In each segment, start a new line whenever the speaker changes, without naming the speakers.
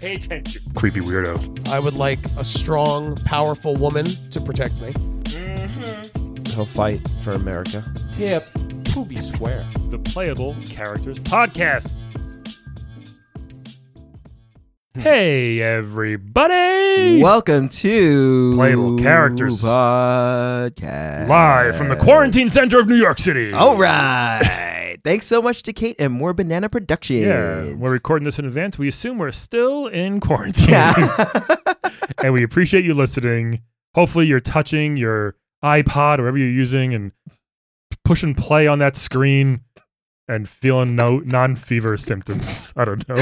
Pay attention. Creepy weirdo.
I would like a strong, powerful woman to protect me.
He'll fight for America.
Yeah, Poopy Square.
The Playable Characters Podcast. Hey, everybody!
Welcome to
Playable characters.
podcast
Live from the quarantine center of New York City.
All right. Thanks so much to Kate and More Banana Productions.
Yeah, we're recording this in advance. We assume we're still in quarantine. and we appreciate you listening. Hopefully, you're touching your iPod, whatever you're using, and pushing play on that screen and feeling no non fever symptoms. I don't know.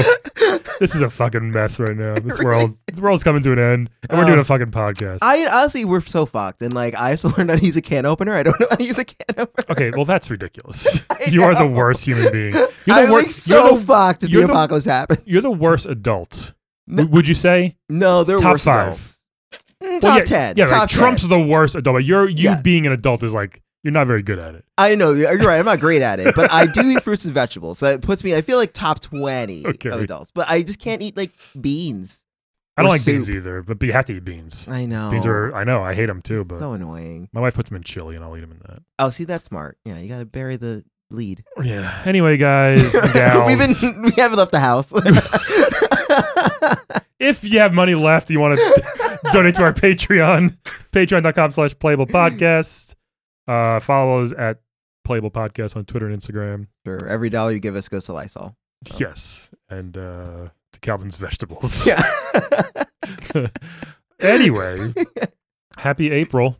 This is a fucking mess right now. This world, this world's coming to an end, and we're doing a fucking podcast.
Uh, I honestly, we're so fucked, and like I still learned how to use a can opener. I don't know how to use a can opener.
okay, well, that's ridiculous. You are the worst human being. You're the
I'm
wor-
like so
you're the-
fucked. If the
you're the-
apocalypse happens.
You're the worst adult.
No.
W- Would you say?
no, they're
Top
worse
five.
adults. Mm,
Well,
top
yeah,
ten.
Yeah,
top
right. Trump's
10.
the worst adult. But you're you
Yeah.
being an adult is like you're not very good at it.
I know you're you're right. I'm not great at it, but I do eat fruits and vegetables, so it puts me. I feel like top twenty
Okay.
of adults, but I just can't eat like beans.
I don't
Or
like beans
soup.
either, but you have to eat beans.
I know
Beans are I know I hate them too, but
so annoying.
my wife puts them in chili and I'll eat them in that.
Oh, see, that's smart. Yeah, you got to bury the lead.
Yeah. Anyway, guys, and gals,
We've been we haven't left the house.
if you have money left, you want to donate to our Patreon, Patreon.com/slash Playable Podcast. Uh, follow us at Playable Podcast on Twitter and Instagram.
sure, every dollar you give us goes to Lysol.
Yes, and uh, to Calvin's vegetables.
Oh. Yeah.
anyway, happy April.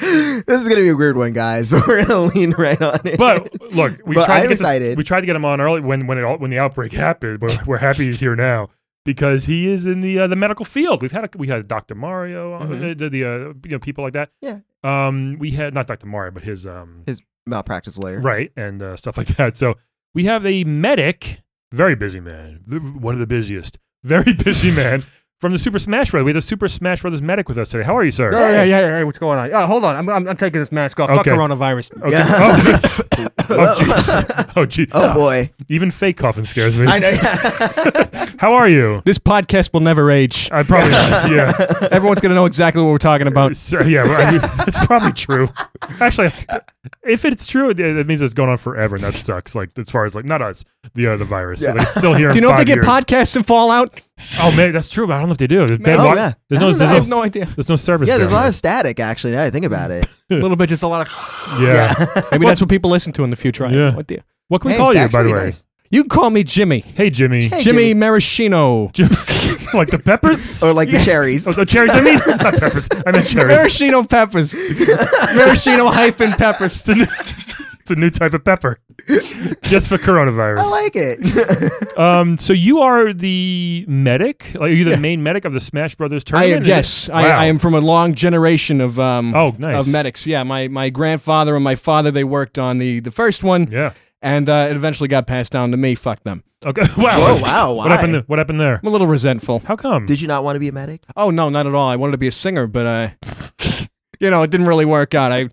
this is gonna be a weird one, guys. but We're gonna lean right on it.
But look, we
But
tried to
I'm
get this-
excited.
we tried to get him on early when when it all, when the outbreak happened. But we're happy he's here now because he is in the uh, the medical field. We've had a, we had Dr. Mario, on
Mhm.
the, the uh, you know people like that.
Yeah.
Um, we had not Dr. Mario, but his um
malpractice lawyer.
right and uh, stuff like that. So we have a medic, very busy man, the- one of the busiest, very busy man. From the Super Smash Brothers, we have the Super Smash Brothers medic with us today. How are you, sir?
Oh, yeah, yeah, yeah, yeah. What's going on? Oh, hold on. I'm, I'm, I'm taking this mask off. Fuck
Okay.
coronavirus.
Okay.
Yeah.
Oh, oh, jeez. Oh, jeez.
Oh boy,
Even fake coughing scares me.
I know. Yeah.
How are you?
This podcast will never age.
I probably yeah
Everyone's going to know exactly what we're talking about.
So, yeah. well, I mean, it's probably true. Actually, if it's true, it, it means it's going on forever, and that sucks. Like as far as like not us, the uh, the virus. Like, it's still here.
Do you
in
know if they
five
get
years.
podcasts and Fallout?
Oh man, that's true. But I don't know if they do. There's, bad
Oh,
luck.
yeah.
there's
I
no
don't know. I
there's
have
no,
no idea.
there's no service.
yeah, there's a
down
lot of static actually. Now that I think about it.
a little bit, just a lot of.
there. yeah.
Maybe that's what people listen to in the future. I have
Yeah.
no idea.
What can we
Hey,
call you
Stack's
by the
pretty
way?
nice.
You can call me Jimmy.
Hey Jimmy.
Hey,
Jimmy
Jimmy.
Maraschino.
Jim- like the peppers?
Or like the cherries.
Oh, the cherries. I mean, not peppers. I meant cherries.
Maraschino peppers. Maraschino hyphen peppers.
It's a, new, it's a new type of pepper, just for coronavirus.
I like it.
Um, so you are the medic? Like, are you the main medic of the Smash Brothers
I
tournament?
am,
Is it-
yes, I,
Wow.
I am from a long generation of um,
Oh, nice.
of medics. Yeah, my, my grandfather and my father they worked on the, the first one,
Yeah.
and uh, it eventually got passed down to me. Fuck them.
Okay. Wow.
Whoa, wow,
What happened?
why?
th- what happened there?
I'm a little resentful.
How come?
Did you not want to be a medic?
Oh no, not at all. I wanted to be a singer, but uh, you know, it didn't really work out. I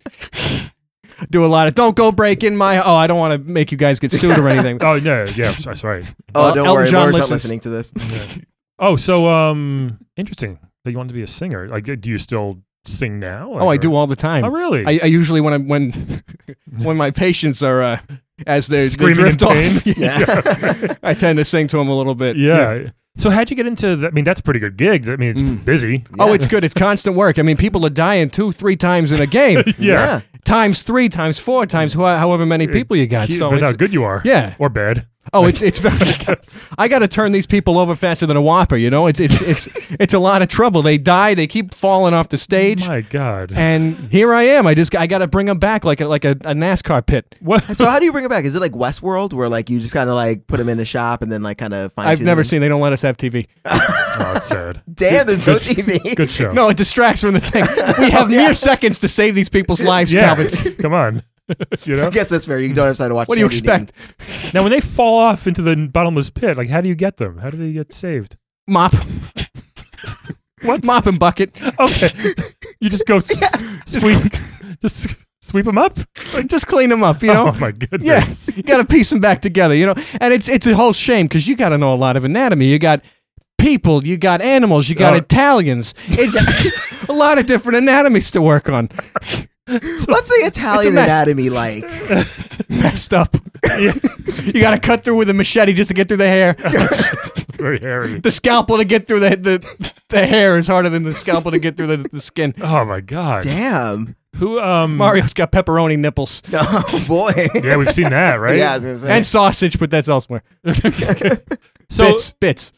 do a lot of don't go break in my. Oh, I don't want to make you guys get sued or anything.
oh no. Yeah. so- Sorry.
Oh,
Uh,
don't
Elton
worry.
John
Laura's not
listens.
listening to this.
Oh, so um, interesting that you wanted to be a singer. Like, do you still sing now?
Oh, I
or-
do all the time.
Oh, really?
I, I usually when I'm when when my patients are uh, as they're they
Screaming in
drift off,
pain.
Yeah.
I tend to sing to them a little bit.
yeah. So how'd you get into that? I mean, that's a pretty good gig. I mean, it's
Mm.
busy.
Oh, it's good. It's constant work. I mean, people are dying two, three times in a game,
Yeah.
times three, times four, times ho- however many people you got. So
but how
it's,
good you are.
yeah.
Or bad.
Oh, it's it's very. I got to turn these people over faster than a whopper. You know, it's it's it's it's a lot of trouble. They die. They keep falling off the stage.
My God.
and here I am. I just I got to bring them back like a, like a, a NASCAR pit.
What?
So how do you bring it back? Is it like Westworld, where like you just kind of like put them in a shop and then like kind of find?
I've never seen. They don't let us have TV.
Oh, it's sad.
Damn, there's no TV.
Good show.
No, it distracts from the thing. We have mere seconds to save these people's lives,
Yeah.
Calvin.
Come on. you know.
I guess that's fair. You don't have time to watch.
What do you
Sandy
expect?
Now, when they fall off into the bottomless pit, like how do you get them? How do they get saved?
Mop,
What?
mop and bucket.
Oh. Okay, you just go s- squeak, just s- sweep them up.
Like, just clean them up, you know?
oh my goodness.
Yes, you got to piece them back together, you know. And it's it's a whole shame because you got to know a lot of anatomy. You got people, you got animals, you got
Oh.
Italians. It's a lot of different anatomies to work on.
What's the Italian
mess.
anatomy like?
Messed up.
Yeah.
You got to cut through with a machete just to get through the hair.
Very hairy.
The scalpel to get through the the, the hair is harder than the scalpel to get through the, the skin.
Oh my god.
Damn.
Who um
Mario's got pepperoni nipples
Oh boy.
Yeah, we've seen that, right?
Yeah, I was gonna say.
and sausage, but that's elsewhere.
So
bits, bits.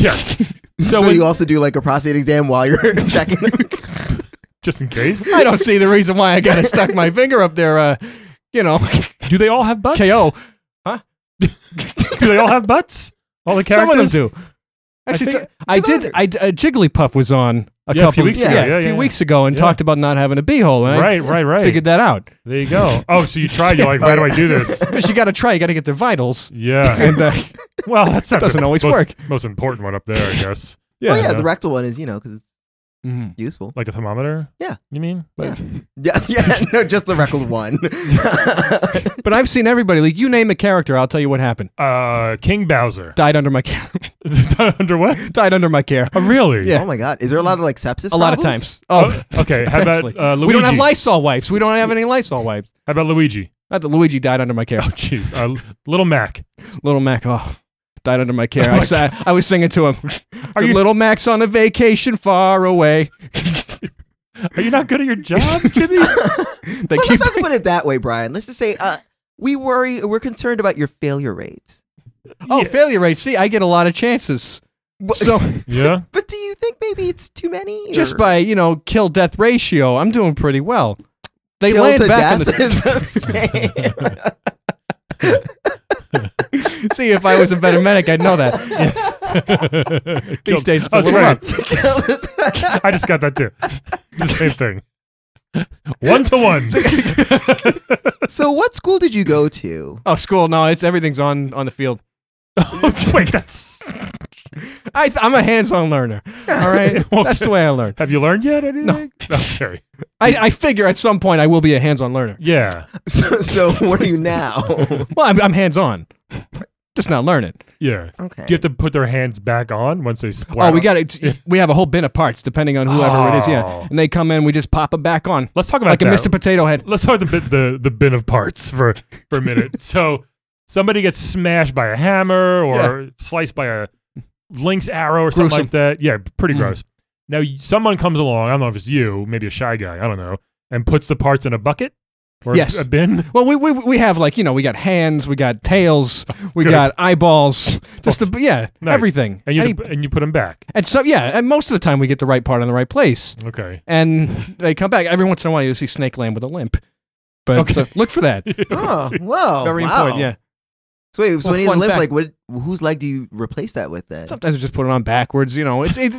yes.
so
So, when-
you also do like a prostate exam while you're checking.
just in case.
I don't see the reason why I got to stuck my finger up there. Uh, you know,
Do they all have butts?
KO.
Do they all have butts? All the
Some
characters.
of them do. Actually,
think-
t- I,
Good on
did. I d- uh, Jigglypuff was on a
Yeah, a
couple
few weeks
ago.
Yeah,
a
yeah,
few
yeah.
weeks ago, and
Yeah.
talked about not having a beehole, and
Right, right,
I
right.
figured that out.
There you go. Oh, so you tried. You're like, why do I do this?
Because you got to try. You got to get their vitals.
Yeah.
And uh,
Well, that's not the
Doesn't always
most,
work.
Most important one up there, I guess.
yeah, oh yeah,
no.
the rectal one is you know because it's useful.
Like the thermometer.
Yeah.
You mean?
Yeah. Yeah, yeah, no, just the rectal one.
but I've seen everybody. Like you name a character, I'll tell you what happened.
Uh, King Bowser.
Died under my care.
Under what?
died under my care.
Oh, really?
Yeah.
Oh my god, is there a lot of like sepsis?
A lot of
problems?
times. Oh,
okay. How about
actually.
uh, Luigi?
we don't have Lysol wipes. We don't have any Lysol wipes.
How about Luigi?
Not that Luigi died under my care.
Oh, jeez. Uh, Little Mac.
Little Mac, oh, died under my care.
Oh
I
my
sa- I was singing to him.
Are
"To
you-
Little Mac's on a vacation far away.
Are you not good at your job, Jimmy?
They
Well,
keep
let's not put it that way, Brian. Let's just say uh, we worry, we're concerned about your failure rates.
Oh,
Yeah.
failure rate. See, I get a lot of chances.
But,
So
yeah.
but do you think maybe it's too many?
just
or-
by, you know, kill death ratio, I'm doing pretty well. They
Kill
land
to
back on
death
the
is the same.
See, if I was a better medic, I'd know that.
These
days it's a
oh, that's
little
right.
Kill to-
I just got that too. It's the same thing. One to one.
so, what school did you go to?
Oh, school. No, it's everything's on on the field.
Wait, that's.
I, I'm a hands-on learner. All right,
Okay.
that's the way I learn.
Have you learned yet? Anything? Okay.
I, I figure at some point I will be a hands-on learner.
Yeah.
So, so what are you now?
Well, I'm, I'm hands-on, just not learning.
Yeah.
Okay.
Do you have to put their hands back on once they splat?
Oh, we got it. We have a whole bin of parts depending on whoever it is. Yeah,
Oh.
and they come in, we just pop them back on
Let's talk about
like a
that.
Mr. Potato Head.
Let's talk the bit the the bin of parts for for a minute. so somebody gets smashed by a hammer or sliced by a lynx arrow or something like that. Yeah, pretty
Mm.
gross. Now y- someone comes along. I don't know if it's you, maybe a shy guy. I don't know, and puts the parts in a bucket or a-
Yes.
a bin.
Well, we, we we have like you know we got hands, we got tails, we
Good.
got eyeballs, just
Well,
the, yeah
nice.
everything.
And you,
Any-
and you put them back.
and so yeah, and most of the time we get the right part in the right place,
Okay.
and they come back every once in a while. You see Snake Land with a limp, but
Okay.
so look for that.
Oh, whoa.
Very
wow.
important. Yeah,
So, wait, so
Well,
when you
fun
limp,
fact.
like, what, whose leg do you replace that with then?
sometimes we just put it on backwards. You know, it's it's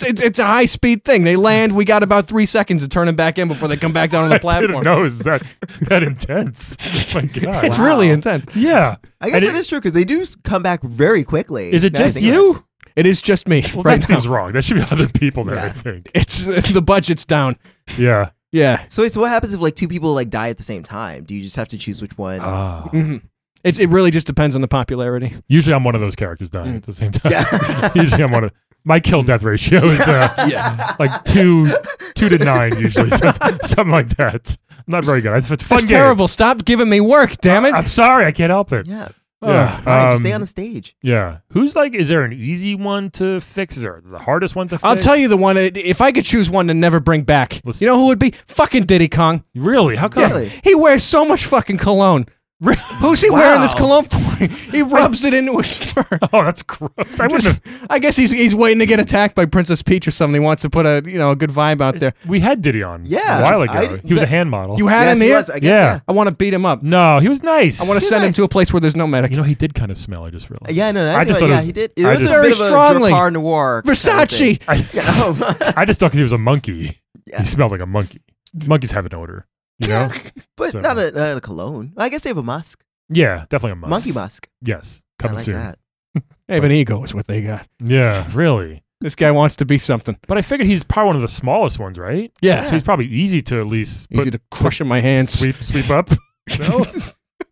it's, it's a high speed thing. They land, we got about three seconds to turn them back in before they come back down on the
I didn't
platform.
know it was that that intense. My God.
It's
Wow.
really intense.
Yeah.
I guess
And
that
it-
is true because they do s- come back very quickly.
Is it
now I
just
think about
you?
It is just me
Well, that
right now.
seems wrong. There should be other people there. I
Yeah.
think.
It's the budget's down.
Yeah.
Yeah,
it. So, wait, so what happens if like two people like die at the same time? Do you just have to choose which one?
Ah.
hmm it's it really just depends on the popularity.
Usually, I'm one of those characters dying at the same time.
Yeah.
usually, I'm one of my kill death ratio is uh,
Yeah,
like two two to nine usually, so- something like that. I'm not very good. It's a fun
that's
game. Uh,
terrible. Stop giving me work, damn it.
I'm sorry, I can't help it.
yeah.
Yeah.
Brian, just stay
um,
on the stage.
yeah. Who's like? Is there an easy one to fix? Is there the hardest one to fix?
I'll tell you the one. uh, If I could choose one to never bring back,
uh, Let's-
you know who would be? Fucking Diddy Kong.
Really? How come?
Really?
He wears so much fucking cologne. Who's he wearing this cologne for? He rubs it into his fur.
Oh, that's gross. I wouldn't.
Just-
Have,
I guess he's he's waiting to get attacked by Princess Peach or something. He wants to put a you know a good vibe out there.
we had Diddy on.
Yeah,
A while ago,
I-
he was a hand model.
You had
Yes,
him
he
here.
was, I guess,
Yeah.
yeah.
I want to beat him up.
no, he was nice.
I want to
He's
send him
nice.
to a place where there's no medic.
You know, he did kind of smell. I just realized.
Yeah, no, no I,
I
know,
just thought it
yeah,
was-
he did. It
I
was
just-
a
Very
bit of a
strongly.
Drakkar noir. kind of
Versace.
thing.
I,
Yeah, oh,
I just thought 'cause he was a monkey.
Yeah.
He smelled like a monkey. Monkeys have an odor, you know.
but
So-
not, a, not a cologne. I guess they have a musk.
yeah, definitely a monkey.
Monkey musk.
Yes,
I
coming
like
soon.
that.
They have an ego, is what they got.
Yeah, really.
This guy wants to be something.
But I figured he's probably one of the smallest ones, right?
Yeah.
So he's probably easy to at least put,
Easy to crush in my hands.
sweep sweep up. no?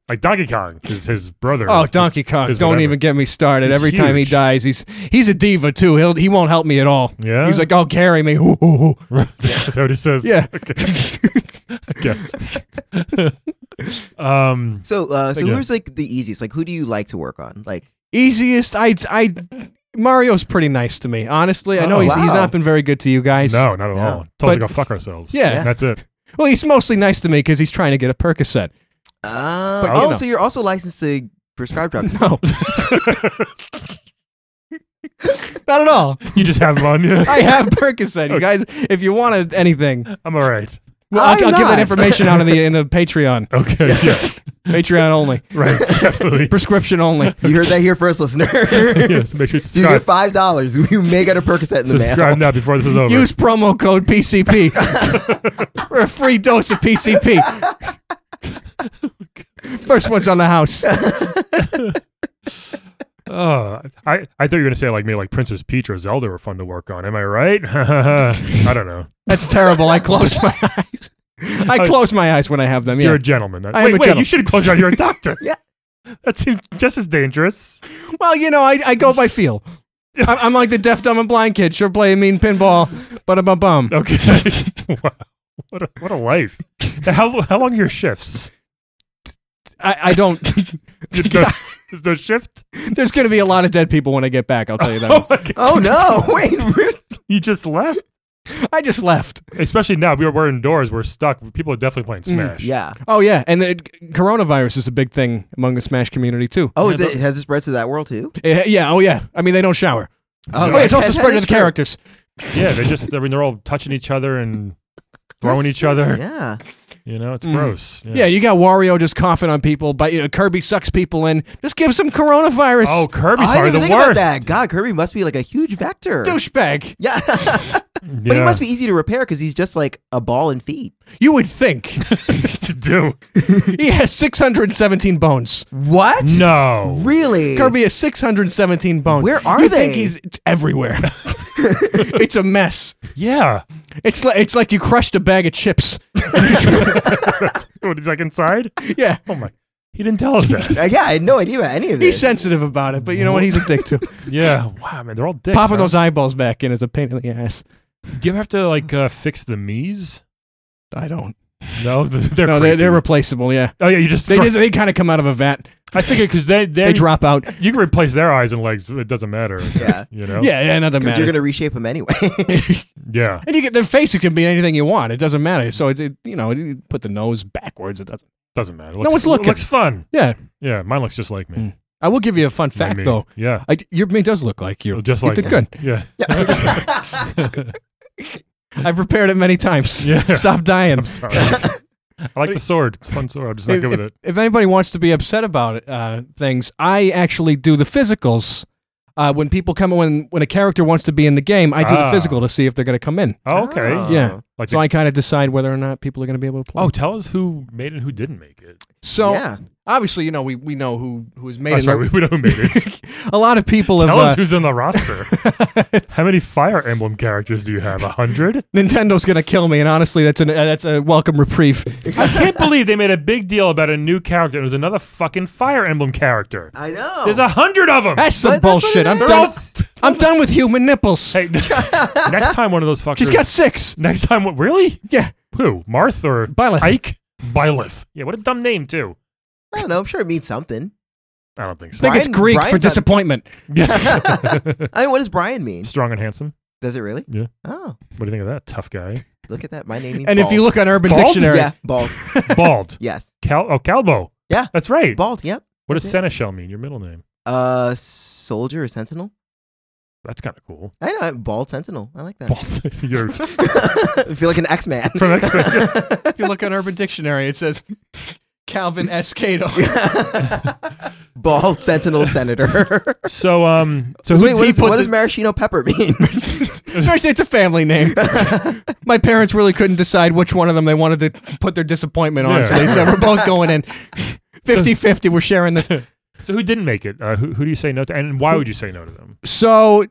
Like Donkey Kong is his brother.
Oh, Donkey Kong!
is
Don't
whatever.
even get me started.
He's
Every time he
huge.
dies, he's he's a diva too. He'll he won't help me at all.
Yeah?
he's like, "Oh, carry me." Ooh, ooh, ooh.
That's what he says.
Yeah.
Okay. I guess. um,
So, uh, so
Again.
who's like the easiest? Like, who do you like to work on? Like,
Easiest. I I Mario's pretty nice to me. Honestly, I know
Oh,
he's he's
wow.
not been very good to you guys.
no, not at
No.
all. Tell us to go
But-
fuck ourselves.
Yeah.
That's it.
Well, he's mostly nice to me because he's trying to get a Percocet.
uh,
But, you
oh,
know.
so you're also licensed to prescribe drugs?
No, not at all.
you just have fun.
I have Percocet, you guys. If you wanted anything,
I'm all right.
well, I'll,
I'm
I'll give
not.
that information out in the in the Patreon.
Okay. Yeah.
Patreon only.
Right. Definitely.
Prescription only.
You heard that here first, listener.
yes. Make sure you
Do you get
subscribe.
five dollars? You may get a Percocet in the
Subscribe
mail.
now before this is over.
Use promo code PCP for a free dose of PCP. First one's on the house.
Oh, I, I thought you were gonna say like maybe like Princess Peach or Zelda were fun to work on. Am I right? I don't know.
That's terrible. I close my eyes. I close my eyes when I have them.
Oh, You're
Yeah.
a gentleman. That-
I am
wait,
a
wait.
gentleman.
You should close your eyes. You're a doctor.
Yeah.
That seems just as dangerous.
Well, you know, I, I go by feel. I'm, I'm like the deaf, dumb, and blind kid. Sure, play a mean pinball, but a bum bum.
Okay. wow. What a, what a life. How how long are your shifts?
I, I don't.
There's no, there's no shift.
There's going to be a lot of dead people when I get back. I'll tell you that.
Oh
one.
my God.
Oh no! Wait, really?
You just left.
I just left.
Especially now, we are we're indoors. We're stuck. People are definitely playing Smash.
Mm, yeah.
Oh yeah, and the coronavirus is a big thing among the Smash community too.
Oh, is it has it spread to that world too?
Eh, yeah. Oh yeah. I mean, they don't shower. Oh, yeah, it's also
that- that
spread to
is
the
true.
characters.
Yeah. They just. I mean, they're all touching each other and throwing
That's
each other.
Yeah.
You know, it's
Mm.
gross.
Yeah. you got Wario just coughing on people, but you know, Kirby sucks people in. Just give some coronavirus.
Oh, Kirby's
I
probably
didn't even
the
think about
worst.
that. God, Kirby must be like a huge vector.
douchebag!
Yeah.
Yeah.
but he must be easy to repair because he's just like a ball and feet.
You would think
to do.
he has 617 bones.
What?
No.
Really?
Kirby has 617 bones.
Where are
you
they?
Think he's it's everywhere. it's a mess.
Yeah.
It's like it's like you crushed a bag of chips.
What he's like inside?
Yeah,
Oh my. He didn't tell us that.
Uh, yeah, I had no idea about any of
he's
this.
sensitive about it, but you know what? He's a dick too.
yeah. Wow, man. They're all dicks.
Popping
huh?
those eyeballs back in is a pain in the ass.
Do you ever have to like uh, fix the Mii's?
I don't.
No, they're
No, they're,
creepy.
they're replaceable. Yeah,
oh yeah, you just.
they
throw-
just, they kind of come out of a vat.
I figured because they they,
They drop out.
You can replace their eyes and legs. It doesn't matter.
Yeah.
You know.
Yeah, yeah, another
Because
matter.
you're gonna reshape him anyway.
Yeah.
and you get their face. It can be anything you want. It doesn't matter. So it's it, you know you put the nose backwards. It doesn't.
Doesn't matter.
No one's looking.
Looks fun.
Yeah,
Yeah. Mine looks just like me.
Mm. I will give you a fun
Like
fact
me.
though.
Yeah.
I, your me does look like you.
Just
you
like
did
me.
good.
Yeah.
I've repaired it many times.
Yeah.
Stop dying.
I'm sorry. I like the sword. It's a fun sword. I'm just not
If,
good with
if-
it.
if anybody wants to be upset about it, uh, things, I actually do the physicals. Uh, when people come when when a character wants to be in the game, I do
Ah.
the physical to see if they're going to come in.
Oh, okay.
Oh.
Ah. Yeah.
Like
So
the-
I kind of decide whether or not people are going to be able to play.
oh, tell us who made it and who didn't make it.
so
yeah.
obviously, you know, we, we know who who has made
Oh,
it.
sorry, we, we know who made it.
a lot of people have
Tell us
uh,
who's on the roster. How many Fire Emblem characters do you have? A hundred?
Nintendo's going to kill me, and honestly, that's an uh, that's a welcome reprieve.
I can't believe they made a big deal about a new character. and It was another fucking Fire Emblem character.
I know.
Oh.
There's a hundred of them.
That's some
But that's what
bullshit.
it
I'm
is.
done.
Don't-
I'm done with human nipples.
hey, next time one of those fuckers.
She's got six.
next time, what? Really?
Yeah,
Who? Marth or
Byleth.
Ike? Byleth. Yeah, what a dumb name too.
I don't know. I'm sure it means something.
I don't think
I
so.
think it's
Brian-
Greek
Brian's
for
on-
disappointment.
Yeah.
I mean, what does Brian mean?
Strong and handsome.
Does it really?
Yeah.
Oh,
What do you think of that? Tough guy.
look at that. My name means.
And if
bald.
you look on Urban
Bald?
Dictionary,
yeah, bald.
Bald.
Yes,
Cal. Oh, Calvo.
Yeah.
That's right.
bald. Yep.
What does
That's it.
seneschal mean? Your middle name.
Uh, soldier or sentinel?
That's kind of cool.
I know. Bald sentinel. I like that.
Bald. You're
I feel like an X Man.
from X Men.
if you look on Urban Dictionary, it says Calvin S. Cato.
bald sentinel senator.
So um, so who
Wait, what,
he
is,
put
what
the-
does maraschino pepper mean?
First, it's a family name. My parents really couldn't decide which one of them they wanted to put their disappointment on,
Yeah.
so they said we're both going in. 50-50, we're sharing this.
So who didn't make it? Uh, who, who do you say no to? And why would you say no to them?
So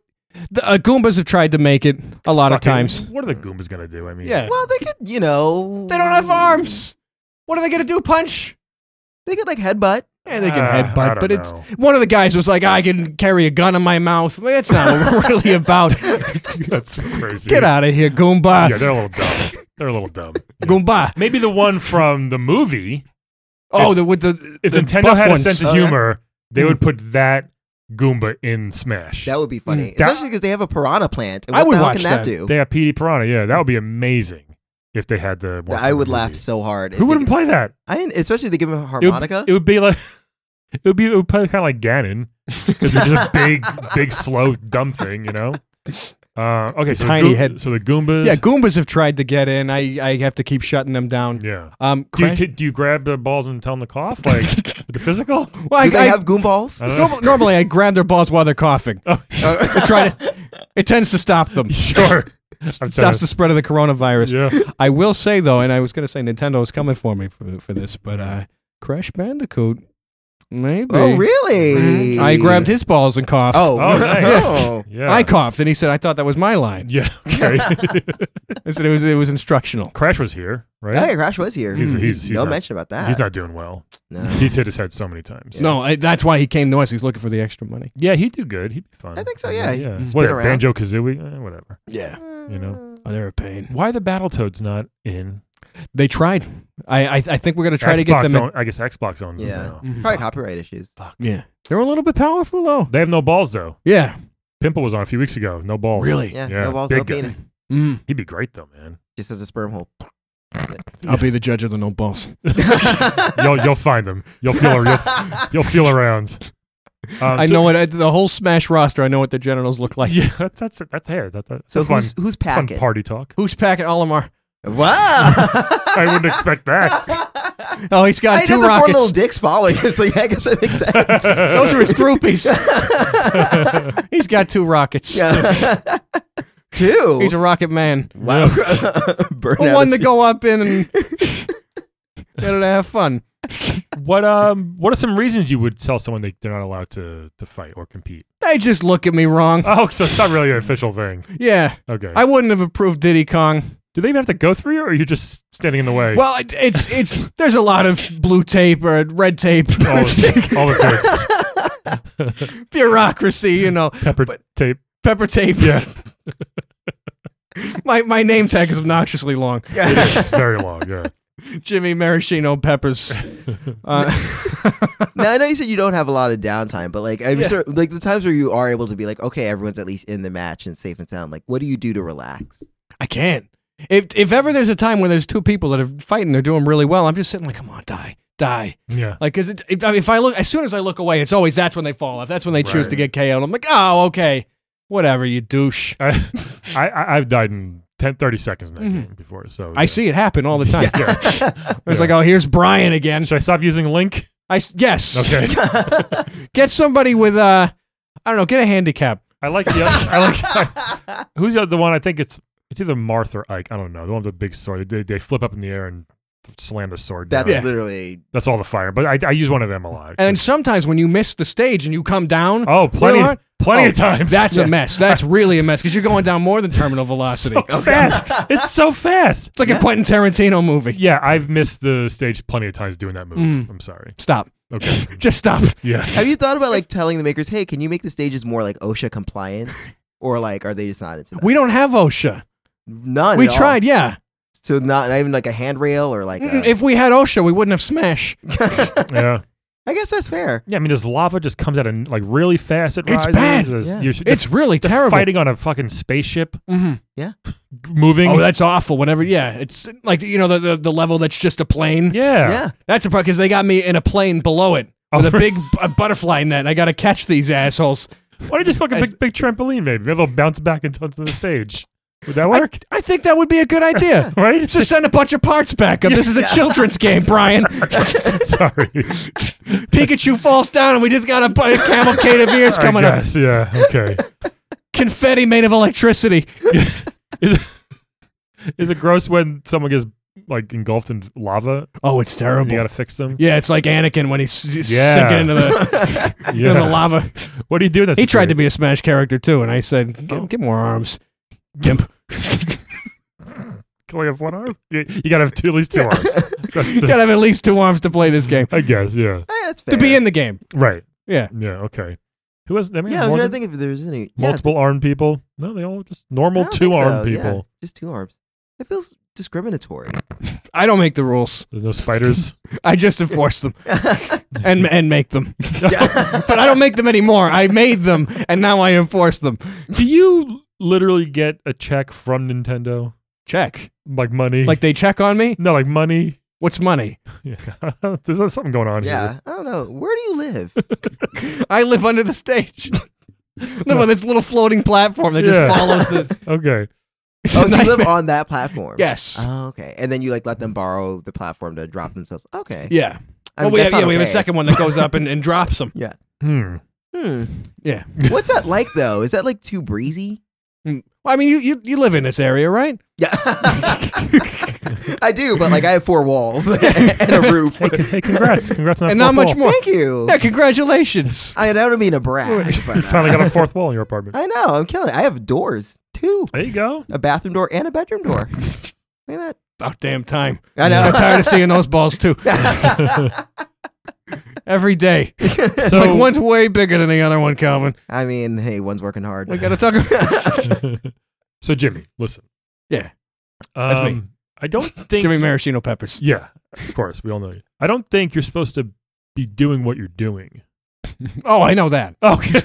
The, uh, Goombas have tried to make it a lot of
Fucking-
times.
What are the Goombas gonna do? I mean,
Yeah.
Well, they could, you know,
They don't
Hmm.
have arms. What are they gonna do? Punch?
They could like headbutt.
Yeah, they can
Uh, I
headbutt,
don't
but it's
know.
one of the guys was like, "I can carry a gun in my mouth." Well, that's not what we're really about.
that's crazy.
Get out of here, Goomba.
Yeah, they're a little dumb. They're a little dumb.
Goomba.
Maybe the one from the movie.
Oh, the with the
If
the
Nintendo
buff
had
ones.
a sense of
Oh, yeah. Hmm.
humor, they would put that Goomba in Smash.
That would be funny,
Mm, That-
especially because they have a piranha plant. And
I
what
would
the hell
watch
can that,
that.
do?
they have PD Piranha. Yeah, that would be amazing if they had the. one
I
from
would
the
laugh
movie.
so hard. if
Who
they
wouldn't
did-
play that?
I didn't, especially if they give him a
It would-
harmonica.
It would be like it would be it would play kind of like Ganon. 'Cause It's just a big, big, slow, dumb thing, you know. Uh, okay, so
Tiny
the Goom-
head.
So the Goombas.
yeah, Goombas have tried to get in. I I have to keep shutting them down.
yeah.
Um,
Do you,
Cra-
t- do you grab the balls and tell them to cough like with the physical?
well, I,
do they
I-
have goomballs?
I don't know.
norm- normally I grab their balls while they're coughing. I try to. It tends to stop them.
Sure. I'm sorry.
Stops the spread of the coronavirus.
Yeah.
I will say though, and I was going to say Nintendo is coming for me for, for this, but uh, Crash Bandicoot, maybe.
oh, really?
I grabbed his balls and coughed.
Oh,
Oh, nice.
oh.
Yeah.
I coughed, and he said, "I thought that was my line."
Yeah. Okay.
I said it was it was instructional.
Crash was here, right?
Hey, Crash was here.
He's- he's- he's
no
not-
mention about that.
He's not doing well.
No.
He's hit his head so many times.
No, I, that's why he came to us. He's looking for the extra money.
Yeah, he'd do good. He'd be fun.
I think so, yeah.
yeah.
He'd spin
Whatever.
around.
Banjo Kazooie, eh, whatever.
Yeah,
You know.
oh, they're a pain.
Why are the Battletoads not in?
They tried. I I, I think we're gonna try
Xbox
to get them.
own- I guess Xbox owns
Yeah.
them now.
in-
Probably copyright issues.
Yeah, they're a little bit powerful though.
They have no balls though.
Yeah,
Pimple was on a few weeks ago. No balls.
really.
Yeah,
Yeah,
no balls,
big
no
guy.
penis.
Mm.
He'd be great though, man.
Just as a sperm hole.
I'll be the judge of the no balls.
You'll you'll find them. You'll feel you'll, you'll feel around. Um,
I know it. I- The whole Smash roster. I know what their genitals look like.
Yeah, that's that's that's hair. That, that's
so
a fun
who's who's
fun
packing?
party talk.
Who's packing Olimar?
Wow.
I wouldn't expect that.
Oh, he's got
I
two
just have four little
rockets.
dicks following him, so yeah, I guess that makes sense.
Those are his groupies. he's got two rockets.
Yeah. Two.
He's a rocket man.
wow. Burn
Well,
out
one
his
to go up in and the other to have fun.
What um what are some reasons you would tell someone they, they're not allowed to to fight or compete?
They just look at me wrong.
Oh, so it's not really an official thing.
Yeah,
Okay.
I wouldn't have approved Diddy Kong.
Do they even have to go through you, or are you just standing in the way?
Well, it- it's it's there's a lot of blue tape or red tape
all the, all the tapes,
bureaucracy, you know,
pepper
But-
tape.
pepper tape.
Yeah,
My my name tag is obnoxiously long.
it's very long. Yeah.
Jimmy Maraschino Peppers. Uh,
now I know you said you don't have a lot of downtime, but like I'm
Yeah.
sure, like the times where you are able to be like, okay, everyone's at least in the match and safe and sound. Like, what do you do to relax?
I can't. If if ever there's a time when there's two people that are fighting, they're doing really well. I'm just sitting like, come on, die, die.
Yeah.
Like, cause it, if, I mean, if I look, as soon as I look away, it's always that's when they fall off. That's when they choose
Right. Oh,
to get KO'd. I'm like, oh, okay, whatever, you douche.
I, I I've died in 10, 30 seconds in that
Mhm.
game before. So
I
yeah.
see it happen all the time.
Yeah.
It's like, oh, here's Brian again.
Should I stop using Link?
I s- yes,
Okay.
get somebody with uh, I don't know, get a handicap.
I like the other, I like who's the other one? I think it's it's either Marth or Ike. I don't know. The one with the big sword. They they flip up in the air and slam the sword.
That's
down.
literally
that's all the fire. But I, I use one of them a lot.
And then sometimes when you miss the stage and you come down,
oh, plenty
Really?
plenty of
Oh,
times.
that's a mess. That's really a mess because you're going down more than terminal velocity.
so fast. it's so fast.
it's like a Quentin Tarantino movie.
Yeah, I've missed the stage plenty of times doing that move.
Mm.
I'm sorry.
Stop.
Okay.
Just stop.
yeah.
Have you thought about like telling the makers, hey, can you make the stages more like OSHA compliant? Or like, are they just not into that?
We don't have OSHA.
None.
we
at all.
tried, yeah.
So not, not even like a handrail or like.
Mm,
A,
If we had OSHA, we wouldn't have Smash.
Yeah.
I guess that's fair.
Yeah. I mean, this lava just comes out and like really fast. It
It's
rises.
bad.
There's-
Yeah.
you're-
It's really
they're
terrible.
Fighting on a fucking spaceship,
Mhm.
moving.
Oh, that's awful. Whenever, yeah, it's like you know the the, the level that's just a plane.
yeah.
Yeah.
That's a problem because they got me in a plane below it
Oh,
with a
really?
big b- a butterfly net. I got to catch these assholes.
Why don't you just fuck a
I-
big, big trampoline, maybe? Maybe they'll bounce back and onto the stage. Would that
I,
work?
I think that would be a good idea.
right? It's
Just send a bunch of parts back up. This is a children's game, Brian.
sorry.
Pikachu falls down, and we just got a, bu- a cavalcade of ears
I
coming up.
guess, yeah. Okay.
Confetti made of electricity.
Is, is it gross when someone gets like engulfed in lava.
Oh, it's terrible.
You got to fix them.
yeah, it's like Anakin when he's s-
Yeah.
sinking into the, into the lava.
What do you do in that?
He tried to
situation?
be a Smash character too, and I said, "Get, get more arms, gimp."
Can we have one arm? You, you got to have two, at least two arms. That's
Gotta have at least two arms to play this game
I guess. Yeah.
Eh, that's fair.
to be in the game.
Right.
Yeah.
Yeah. Okay. Who has? I mean,
Yeah, I'm
more
trying to
than-
think if there's any yeah,
multiple armed people. No, they all just
I
normal
don't
two
think
armed
so, yeah,
people.
just two arms. It feels discriminatory.
I don't make the rules.
There's no spiders.
I just enforce them
Yeah.
and and make them. but I don't make them anymore. I made them, and now I enforce them.
do you literally get a check from Nintendo?
Check.
Like money?
Like they check on me.
no, like money.
What's money?
Yeah. There's something going on
yeah, I don't know. Where do you live? Oh,
I live under the stage. live on this little floating platform that just
Yeah.
follows the.
here. Okay.
It's
Oh,
a
so you live
nightmare.
on that platform.
yes.
Oh, okay. And then you like let them borrow the platform to drop themselves. Okay.
yeah.
I
well,
mean,
we
that's
have, yeah,
not
we have a
okay.
second one that goes up and, and drops them.
Hmm.
Hmm.
Yeah. Mm.
What's that like though? Is that like too breezy?
Well, I mean, you, you you live in this area, right?
Yeah. I do, but like I have four walls and a roof.
Hey, con- hey, congrats. Congrats on that
and not
fourth
much
wall.
more.
Thank you.
Yeah, congratulations.
I don't mean a brag. but,
you finally
uh,
got a fourth wall in your apartment.
I know. I'm killing it. I have doors too.
There you go.
A bathroom door and a bedroom door. Look at that.
About damn time.
I
I'm
know.
tired of seeing those balls too. Every day.
So
like one's way bigger than the other one, Calvin.
I mean, hey, one's working hard.
We gotta talk.
so Jimmy, listen.
Yeah.
Um,
That's me.
I don't think
Jimmy maraschino peppers.
Yeah, of course, we all know you. I don't think you're supposed to be doing what you're doing.
Oh, I know that.
Okay.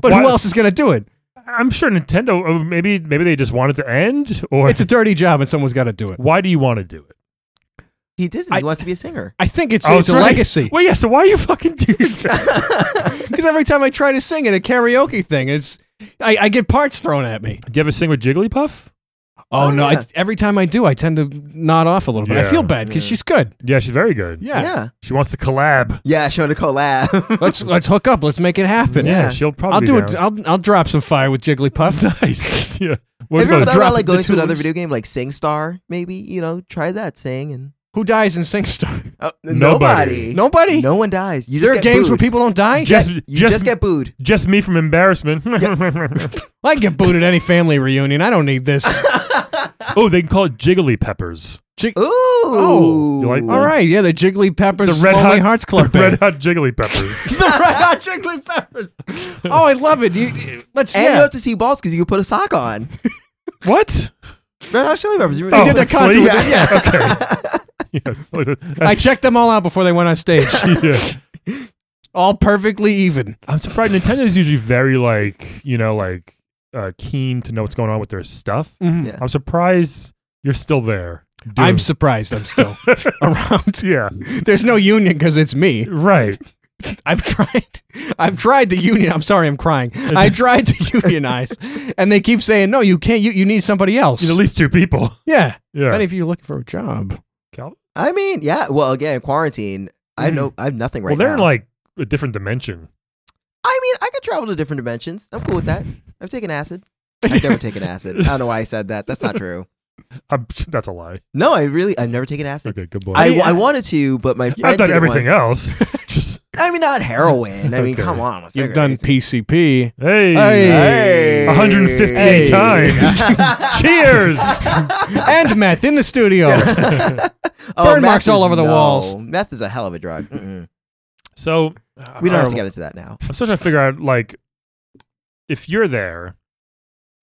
But
Why-
who else is gonna do it?
I'm sure Nintendo oh, maybe maybe they just wanted to end or
It's a dirty job, and someone's got to do it.
why do you want to do it?
he does.
I-
He wants to be a singer.
I think it's
Oh,
it's a
that's right.
legacy.
Well, yeah, so why are you fucking doing that?
Because every time I try to sing at a karaoke thing, it's I, I get parts thrown at me.
do you ever sing with Jigglypuff?
Oh,
Oh,
no!
yeah.
I, every time I do, I tend to nod off a little bit. I
Yeah.
feel bad because
Yeah.
she's good.
Yeah, she's very good.
Yeah.
Yeah.
She wants to collab.
Yeah, showing a collab.
Let's let's hook up. Let's make it happen.
Yeah.
she'll probably
I'll
be
do it.
down.
I'll I'll drop some fire with Jigglypuff.
nice. yeah. What
Have you
about
ever thought
drop
about like
the
going to another
tunes.
video game like SingStar? Maybe you know, try that sing and
Who dies in SingStar?
oh, n-
Nobody.
nobody.
Nobody.
No one dies. You just
there are
get
games
booed.
where people don't die.
Just-
you
just-
just get booed.
just me from embarrassment?
I can get booed at any family reunion. I don't need this.
oh, they can call it Jiggly Peppers.
Jig-
Ooh.
Oh,
you like-
All right, yeah, the Jiggly Peppers,
The Red
Lonely
Hot-
Hearts Club
The
Band.
Red Hot Jiggly Peppers.
the Red Hot Jiggly Peppers. Oh, I love it. You, you- let's
And
yeah.
you don't have to see balls because you can put a sock on.
what?
Red Hot Chili Peppers. You
They
remember-
did the concert
flea?
with
Yeah, yeah.
Yes. That's-
I checked them all out before they went on stage.
yeah.
all perfectly even.
I'm surprised Nintendo is usually very like you know like uh, keen to know what's going on with their stuff.
Yeah.
I'm surprised you're still there. doing-
Mm-hmm. I'm surprised I'm still around.
yeah.
There's no union because it's me.
Right.
I've tried. I've tried the union. I'm sorry, I'm crying. I tried to unionize, and they keep saying no. You can't. You, you need somebody else.
You know, at least two people.
yeah. If any
Yeah.
of you are looking for a job,
Cal-
I mean, yeah. Well, again, quarantine. I
Mhm.
know. I have nothing right
well, they're in
now.
like a different dimension.
I mean, I could travel to different dimensions. I'm cool with that. I've taken acid. I've never taken acid. I don't know why I said that. That's not true.
I'm, that's a lie.
No, I really, I've never taken acid.
Okay. Good boy.
I,
uh,
I wanted to, but my friend
have done
did it
everything
once.
else. Just
I mean, not heroin. I mean,
Okay.
come on.
you've done PCP.
hey.
Hey.
Hey.
158
Hey.
times. Cheers.
and meth in the studio.
Oh,
Burn
meth
marks all
is-
over the
no.
walls.
Meth is a hell of a drug. Mm-mm.
So
Uh,
We don't have to
I-
get into that now.
I'm still trying to figure out like if you're there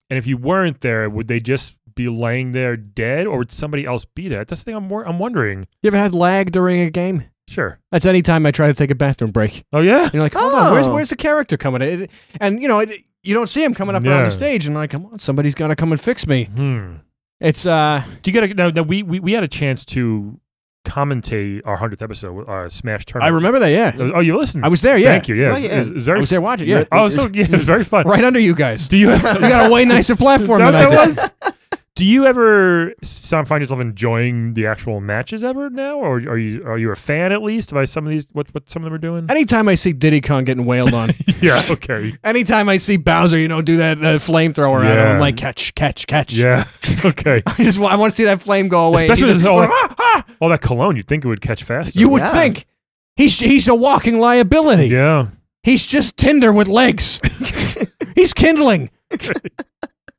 and if you weren't there, would they just be laying there dead or would somebody else be there? That's the thing I'm wor- I'm wondering.
You ever had lag during a game?
Sure.
That's any time I try to take a bathroom break.
Oh yeah.
And you're like, hold on, where's
Oh.
where's the character coming? in? It- And you know, it, you don't see him coming up on
Yeah.
the stage, and like, come on, somebody's got to come and fix me.
Hmm.
It's uh,
Do you get a now, now we, we we had a chance to commentate our hundredth episode, uh, Smash
I
Tournament.
remember that. Yeah,
remember. Oh, you listened.
I was there. Yeah,
Thank you. Yeah.
Oh,
It
yeah.
was, it was very.
I was there watching. Yeah,
Oh, so yeah, it was very fun.
right under you guys.
Do you?
You got a way nicer platform
Is
than
that
I
what
did.
that was? Do you ever sound find yourself enjoying the actual matches ever now, or are you are you a fan at least by some of these what what some of them are doing?
Anytime I see Diddy Kong getting wailed on,
yeah, okay,
anytime I see Bowser, you know, do that uh, flamethrower at him,
Yeah.
I'm like, catch, catch, catch.
yeah, okay.
I just want, I want to see that flame go away.
Especially
He's
with
just-
all, all that cologne, you'd think it would catch faster.
you would
Yeah.
think he's he's a walking liability.
yeah,
He's just tinder with legs. he's kindling,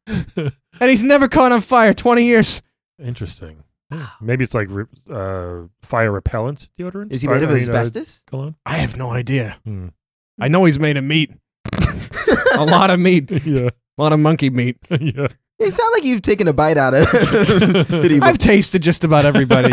and he's never caught on fire. Twenty years.
interesting. Maybe it's like re- uh, fire repellent deodorant.
Is he
Or,
made of
I mean, uh,
asbestos?
cologne?
I have no idea.
Hmm.
I know he's made of meat. a lot of meat.
yeah,
A lot of monkey meat.
yeah.
It sounds like you've taken a bite out of Diddy
I've tasted just about everybody.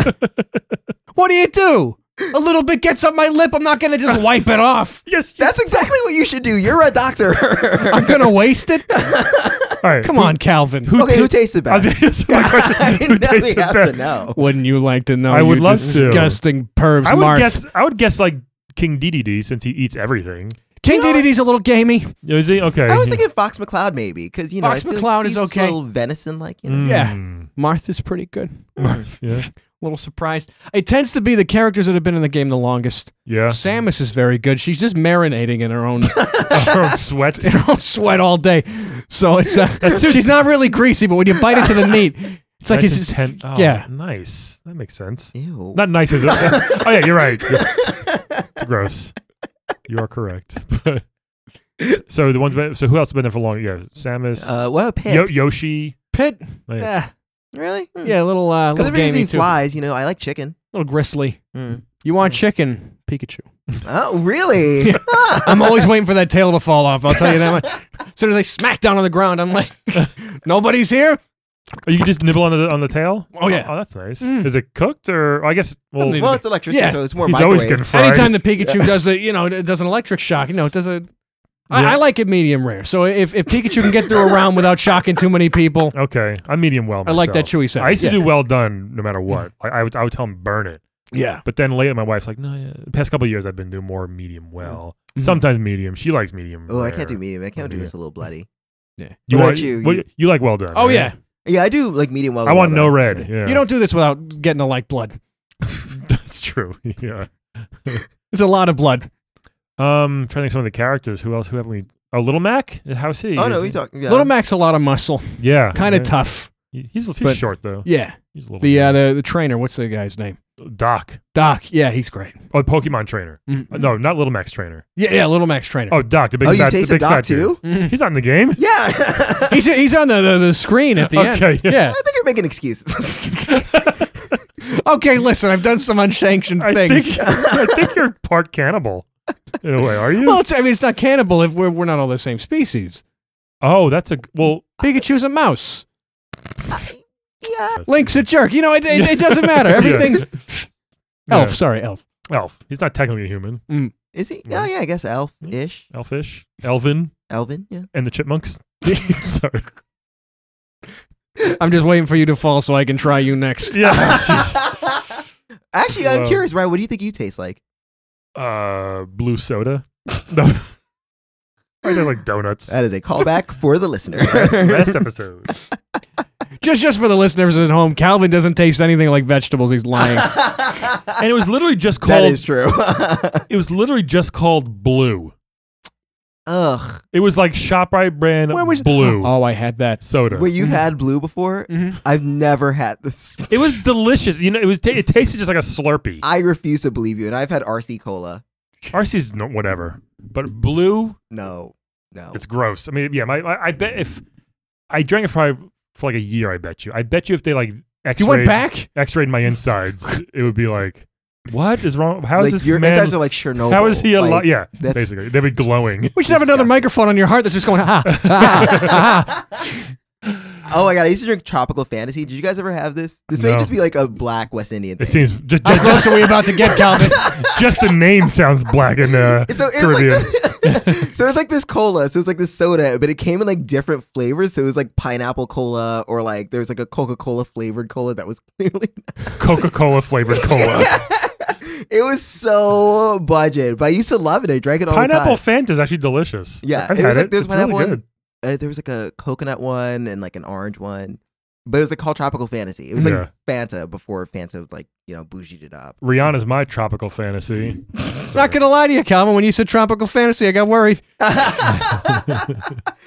what do you do? A little bit gets up my lip. I'm not gonna just wipe it off.
Yes.
That's exactly what you should do. You're a doctor.
I'm gonna waste it.
all right.
Come on, Calvin.
okay, who tastes it
I was
best?
gonna ask my question,
I
who
didn't
tastes
really
the
have
best?
to know.
Wouldn't you like to know?
I would
you
love to.
disgusting pervs.
I would
Marth.
guess. I would guess like King DDD since he eats everything.
King Diddy's a little gamey.
Is he okay?
I was thinking Fox McCloud maybe because you know
Fox
I feel like
McCloud is
he's
okay.
A little venison like you know.
Hmm.
Mm.
Martha's pretty good. A
Yeah.
little surprised. It tends to be the characters that have been in the game the longest.
Yeah.
Samus is very good. She's just marinating in her own,
Her own sweat.
her own sweat all day. So it's uh, she's not really greasy, but when you bite into the meat, it's like
Nice
it's just
intent- oh,
yeah.
Nice. That makes sense.
Ew.
Mm. Not nice as. oh yeah, you're right. Yeah. It's gross. You are correct. so the ones. that- So who else has been there for long? Yeah, Samus.
Uh, what a pit.
Yo- Yoshi.
pit.
Oh, yeah.
Yeah,
really?
yeah, a little uh,
Because
little
if it
gamey
easy
too.
flies, you know, I like chicken.
little gristly.
Mm.
You want chicken, Pikachu?
Oh, really?
I'm always waiting for that tail to fall off. I'll tell you that much. As soon as I smack down on the ground, I'm like, nobody's here.
Oh, you can just nibble on the on the tail.
Oh, yeah.
Oh, that's nice.
Mm.
Is it cooked or? I guess. Well,
need
he's
well, it's electricity,
Yeah.
so it's more
always
microwave.
getting fried.
Anytime the Pikachu does a, you know, it does an electric shock, you know, it does a. I
Yeah.
I like it medium rare. So if, if Pikachu can get through a round without shocking too many people,
Okay, I'm medium well.
I like that
myself.
Chewy sound.
I used
Yeah.
to do well done no matter what. I, I would I would tell him burn it.
yeah.
But then later, my wife's like, no. Yeah. The past couple of years, I've been doing more medium well.
Mhm.
Sometimes medium. She likes medium.
Oh, I
rare.
can't do medium. I can't do
Yeah.
it's a little bloody.
You
What
want
about you?
what-
You-
you like well done.
Oh
right?
yeah.
Yeah, I do like medium well.
I want
well
no
done.
red. Yeah.
You don't do this without getting a like blood.
That's true. Yeah.
It's a lot of blood.
Um, trying to think of some of the characters. Who else? Who haven't we? Oh, Little Mac. How's he?
Oh
Is
no,
he-
we talking. Yeah.
Little Mac's a lot of muscle.
Yeah.
Kind of
yeah.
tough.
He- He's, he's
but-
short though.
Yeah.
He's a little.
The uh, the the trainer, what's the guy's name?
Doc.
Doc. Yeah, he's great.
Oh, Pokemon trainer.
Mhm.
Uh, No, not Little Mac's trainer.
Yeah, yeah, Little Mac's trainer.
Oh, Doc. The big
Oh, you
fat. the
taste a
big
doc
fat dude.
too?
Mhm.
He's not in the game.
Yeah. I
he's he's on the, the, the screen at the
Okay,
end. Yeah.
think you're making excuses.
Okay, listen, I've done some unsanctioned
I
things.
think I think you're part cannibal. In a way, are you?
Well, it's, I mean, it's not cannibal if we're, we're not all the same species.
oh, that's a g- well.
Pikachu's a mouse.
yeah.
Link's a jerk. You know, it, it, it doesn't matter. Everything's
Yeah.
elf. Sorry, elf.
Elf. He's not technically human.
Is he?
Yeah.
Oh yeah, I guess elf-ish.
Elfish. Elvin
Elvin. Yeah.
and the chipmunks. Sorry.
I'm just waiting for you to fall so I can try you next.
Yeah.
Actually, I'm
Wow.
curious, Ryan. What do you think you taste like?
uh, blue soda. No. I just like donuts.
That is a callback for the listener.
Last, last episode.
Just just for the listeners at home, Calvin doesn't taste anything like vegetables. He's lying.
And it was literally just
that
called.
is true.
It was literally just called blue.
Ugh.
It was like Shoprite brand
Where was-
blue
Oh, I had that.
soda.
Wait, you had blue before?
Mhm.
I've never had this.
It was delicious. You know, it was. T- it tasted just like a Slurpee.
I refuse to believe you. And I've had RC cola.
RC's no whatever, but blue.
No, no.
It's gross. I mean, yeah. My, I, I bet if I drank it for for like a year, I bet you. I bet you if they like X-rayed,
You went back?
X-rayed my insides, it would be like, what is wrong? How is
like
this
your
man?
insides are like Chernobyl.
how is he alive?
Like,
yeah,
that's-
basically, they'd be glowing.
We should have another
Disgusting.
microphone on your heart that's just going, ah, ah, ah, ah.
Oh my god, I used to drink tropical fantasy. Did you guys ever have this? This may
No.
just be like a black West Indian
It
thing.
seems just,
How
just,
close are we about to get, Calvin?
just the name sounds black and uh,
so it was
Caribbean.
like this, so it was like this cola, so it was like this soda, but it came in like different flavors. So it was like pineapple cola, or like there was like a Coca Cola flavored cola that was clearly.
Coca-Cola flavored cola.
it was so budget, but I used to love it. I drank it all
Pineapple
the time.
Fanta is actually delicious.
Yeah,
I've
it
had
was like
it.
there's
It's
pineapple
really
one.
good.
Uh, there was like a coconut one and like an orange one. but it was like called tropical fantasy. It was like
Yeah.
Fanta before Fanta like you know bougied it up.
Rihanna's my tropical fantasy.
Not gonna lie to you, Calvin. When you said tropical fantasy, I got worried.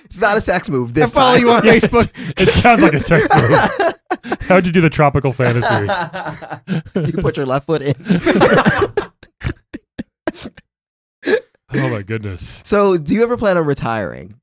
it's not a sex move.
I
This
follow you on
Yeah,
Facebook.
It sounds like a sex move. How'd you do the tropical fantasy?
you. you put your left foot in.
Oh my goodness.
So, do you ever plan on retiring?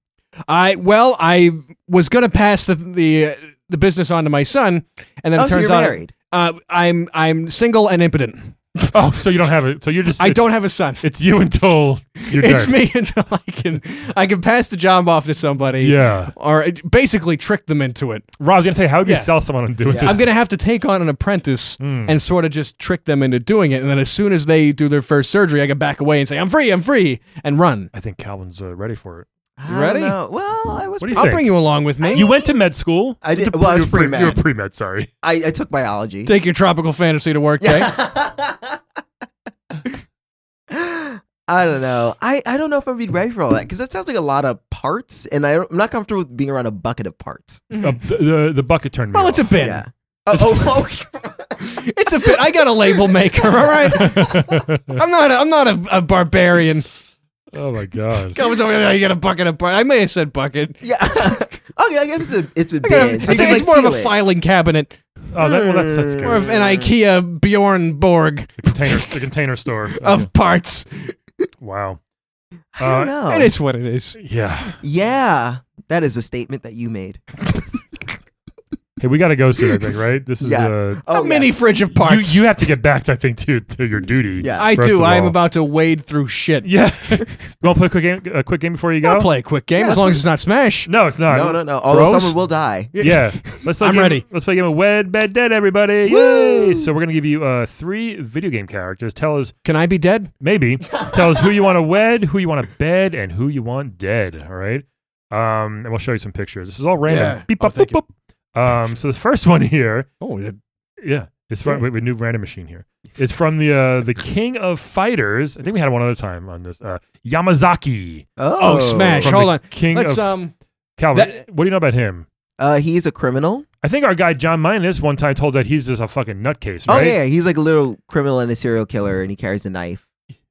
I well, I was gonna pass the the uh, the business on to my son, and then
oh,
it
so
turns
you're
out
married.
Uh, I'm I'm single and impotent.
Oh, so you don't have it. So you're just
I
it's-
don't have a son.
It's you until you're
It's
dead.
me until I can I can pass the job off to somebody.
Yeah.
Or uh, basically trick them into it.
Rob, I was gonna say, how would
Yeah.
you sell someone on doing
Yeah.
this?
I'm gonna have to take on an apprentice
Mm.
and sort of just trick them into doing it. And then as soon as they do their first surgery, I can back away and say, I'm free, I'm free, and run.
I think Calvin's uh, ready for it.
I don't
ready?
know. Well, I was.
What do you
I'll
think?
bring you along with me.
you went to med school.
I did-
It's a
well, I was
you were
pre-med.
You were pre med. Sorry.
I, I took biology.
Take your tropical fantasy to work day.
I don't know. I, I don't know if I'd be ready for all that because that sounds like a lot of parts, and I don't, I'm not comfortable with being around a bucket of parts.
Uh, the, the the bucket turned me.
Well, it's a
off.
bin.
Yeah. Oh, oh, oh.
It's a bit. I got a label maker, all right? I'm not a, I'm not a, a barbarian.
oh my god.
Comes over there, you got a bucket of bar- I may have said bucket.
yeah. oh, yeah. I guess it's a, it's a
I got a-
bid.
it's
So you can,
it's
like,
more of
seal
a
it.
filing cabinet.
Oh, that, well, that's that's
More
good.
of an IKEA Bjorn Borg
The container, the container store.
of parts.
wow.
Oh. I don't
Uh,
know.
It is what it is.
Yeah.
Yeah, that is a statement that you made.
Hey, we gotta go soon. I think, right? This is
Yeah.
uh,
Oh,
a mini fridge of parts.
You, you have to get back. I think to to your duty.
Yeah.
I
first
do.
of
I am
all.
about to wade through shit.
Yeah. you want to play a quick game? A quick game before you go?
I'll play a quick game
Yeah.
as long as it's not Smash.
No, it's not.
No, no, no. Although
Bros?
someone will die.
Yeah. Let's play a
I'm
game-
ready.
Let's play a game of Wed Bed Dead, everybody. Yay! So we're gonna give you uh, three video game characters. Tell us
Can I be dead?
maybe tell us who you want to wed, who you want to bed, and who you want dead. All right. Um, and we'll show you some pictures. This is all random.
Yeah.
Beep,
Oh,
bop,
thank
boop, boop. Um, so the first one here,
Oh, it-
yeah, it's from we, we new random machine here. It's from the uh, the King of Fighters. I think we had one other time on this. Uh, Yamazaki.
Oh,
smash.
from
hold
the
on.
King
let's
of
um.
Calvin.
that-
what do you know about him?
Uh, he's a criminal.
I think our guy John Minus one time told that he's just a fucking nutcase,
Oh
right?
yeah, he's like a little criminal and a serial killer, and he carries a knife.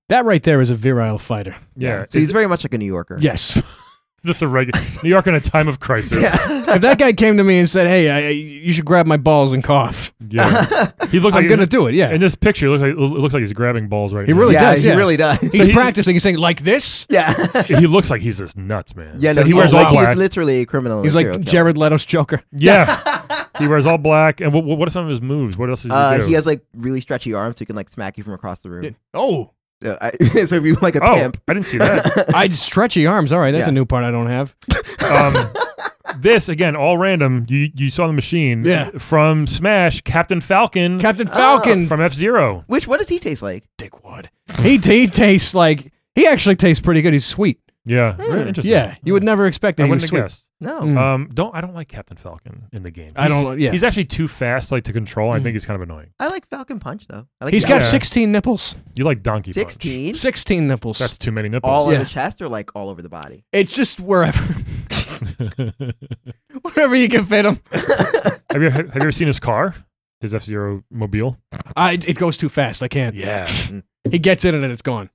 That right there is a virile fighter.
Yeah.
So he's
Is-
very much like a New Yorker.
Yes.
just a regular New York in a time of crisis.
if that guy came to me and said, "Hey, I, I- you should grab my balls and cough,"
Yeah. He looks like
I'm gonna do it. Yeah.
in this picture. It looks like it looks like he's grabbing balls right
He
now.
really
yeah,
does,
he
yeah.
really does.
he's,
he's-
practicing. He's saying like this.
yeah,
he looks like he's just nuts, man.
yeah.
So
No,
he wears
like
all black.
he's literally a criminal. and
He's
a
like
serial killer.
Jared Leto's Joker.
yeah, he wears all black. And what, what are some of his moves? What else does he
Uh,
do?
he has like really stretchy arms, so he can like smack you from across the room.
Oh,
So, I, so if you like a
oh,
pimp,
I didn't see that.
I stretchy arms. All right, that's
Yeah.
a new part I don't have.
um, this again, all random. You you saw the machine.
Yeah.
From Smash, Captain Falcon.
Captain Falcon.
from F Zero.
which what does he taste like?
Dickwood. He he tastes like he actually tastes pretty good. He's sweet.
Yeah. Very interesting.
Hmm.
Hmm.
Yeah, you would never expect
I
that. He
wouldn't
was
have
sweet.
guessed.
No.
Mm.
Um, don't I don't like Captain Falcon in the game.
I
He's-
don't- yeah. Hmm.
He's actually too fast, like to control. I think he's kind of annoying.
I like Falcon Punch though. I like
He's
the
got
Yeah.
16 nipples.
You like Donkey Punch.
sixteen
Sixteen nipples.
That's too many nipples.
all
Yeah.
over the chest or like all over the body.
it's just wherever, wherever you can fit him.
have you have you ever seen his car? His F Zero mobile.
I, it goes too fast. I can't.
Yeah.
He gets in and it's gone.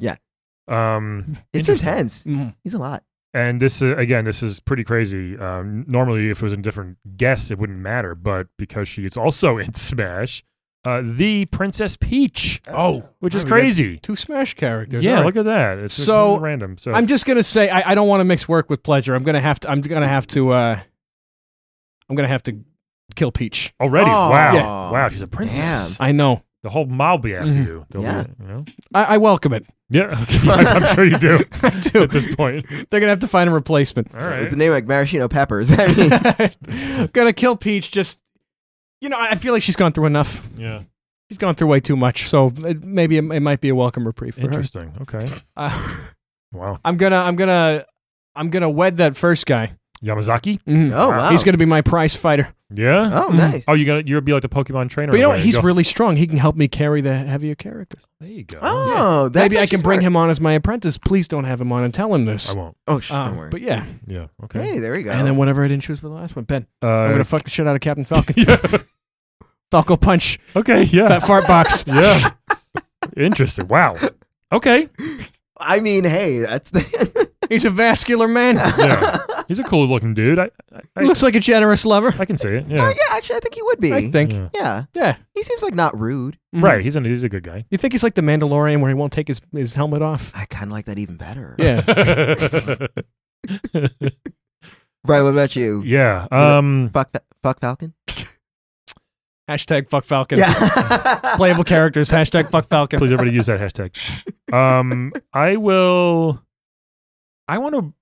Um,
It's
Interesting.
intense.
Mm.
He's a lot.
and this uh, again, this is pretty crazy. Um, normally, if it was a different guest, it wouldn't matter, but because she is also in Smash, uh, the Princess Peach,
Oh,
which is
Oh, we got
crazy.
two Smash characters.
Yeah,
All right.
look at that. It's just
So,
random. So
I'm just gonna say I, I don't want to mix work with pleasure. I'm gonna have to. I'm gonna have to. uh I'm gonna have to kill Peach.
already,
Aw.
wow,
Yeah.
wow, she's a princess.
I know.
The whole mob be after
Mhm.
you. They'll be-
Yeah.
you know?
I, I welcome it.
Yeah, okay, I'm sure you do
I do.
at this point.
They're gonna have to find a replacement.
All
With
right.
the name like maraschino peppers. I mean,
gonna kill Peach. Just you know, I I feel like she's gone through enough.
Yeah.
She's gone through way too much. So it, maybe it, it might be a welcome reprieve for her.
Interesting. Okay.
Uh,
Wow.
I'm gonna, I'm gonna, I'm gonna wed that first guy.
Yamazaki?
Mhm.
oh wow.
He's gonna be my prize fighter.
Yeah.
Oh,
Mm.
nice.
Oh, you got You'll be like the Pokemon trainer.
But you know what?
where
He's
go-
really strong. He can help me carry the heavier characters.
There you go.
Oh, that's
Maybe I
actually
can bring
smart.
him on as my apprentice. Please don't have him on and tell him this.
I won't.
Oh, sh-
Um,
don't worry.
but yeah,
Yeah. Okay.
hey, there we go.
and then whatever I didn't choose for the last one, Ben,
Uh,
I'm gonna fuck the shit out of Captain Falcon.
yeah.
Falco punch
Okay. Yeah.
that fart box.
yeah. Interesting. Wow. Okay.
I mean, hey, that's the.
He's a vascular man.
Yeah. He's a cool looking dude. I I,
He
I,
looks like a generous lover.
I can see it.
oh
Yeah.
yeah, actually, I think he would be.
I think.
Yeah.
yeah,
Yeah.
he seems like not rude.
Mhm.
Right. He's a he's a good guy.
You think he's like the Mandalorian where he won't take his, his helmet off?
I kind of like that even better.
Yeah.
Right. What about you?
yeah. Um.
Fuck, Fa- fuck Falcon.
Hashtag fuck Falcon.
Yeah.
Playable characters. Hashtag fuck Falcon.
Please, everybody use that hashtag. Um, I will. I want to.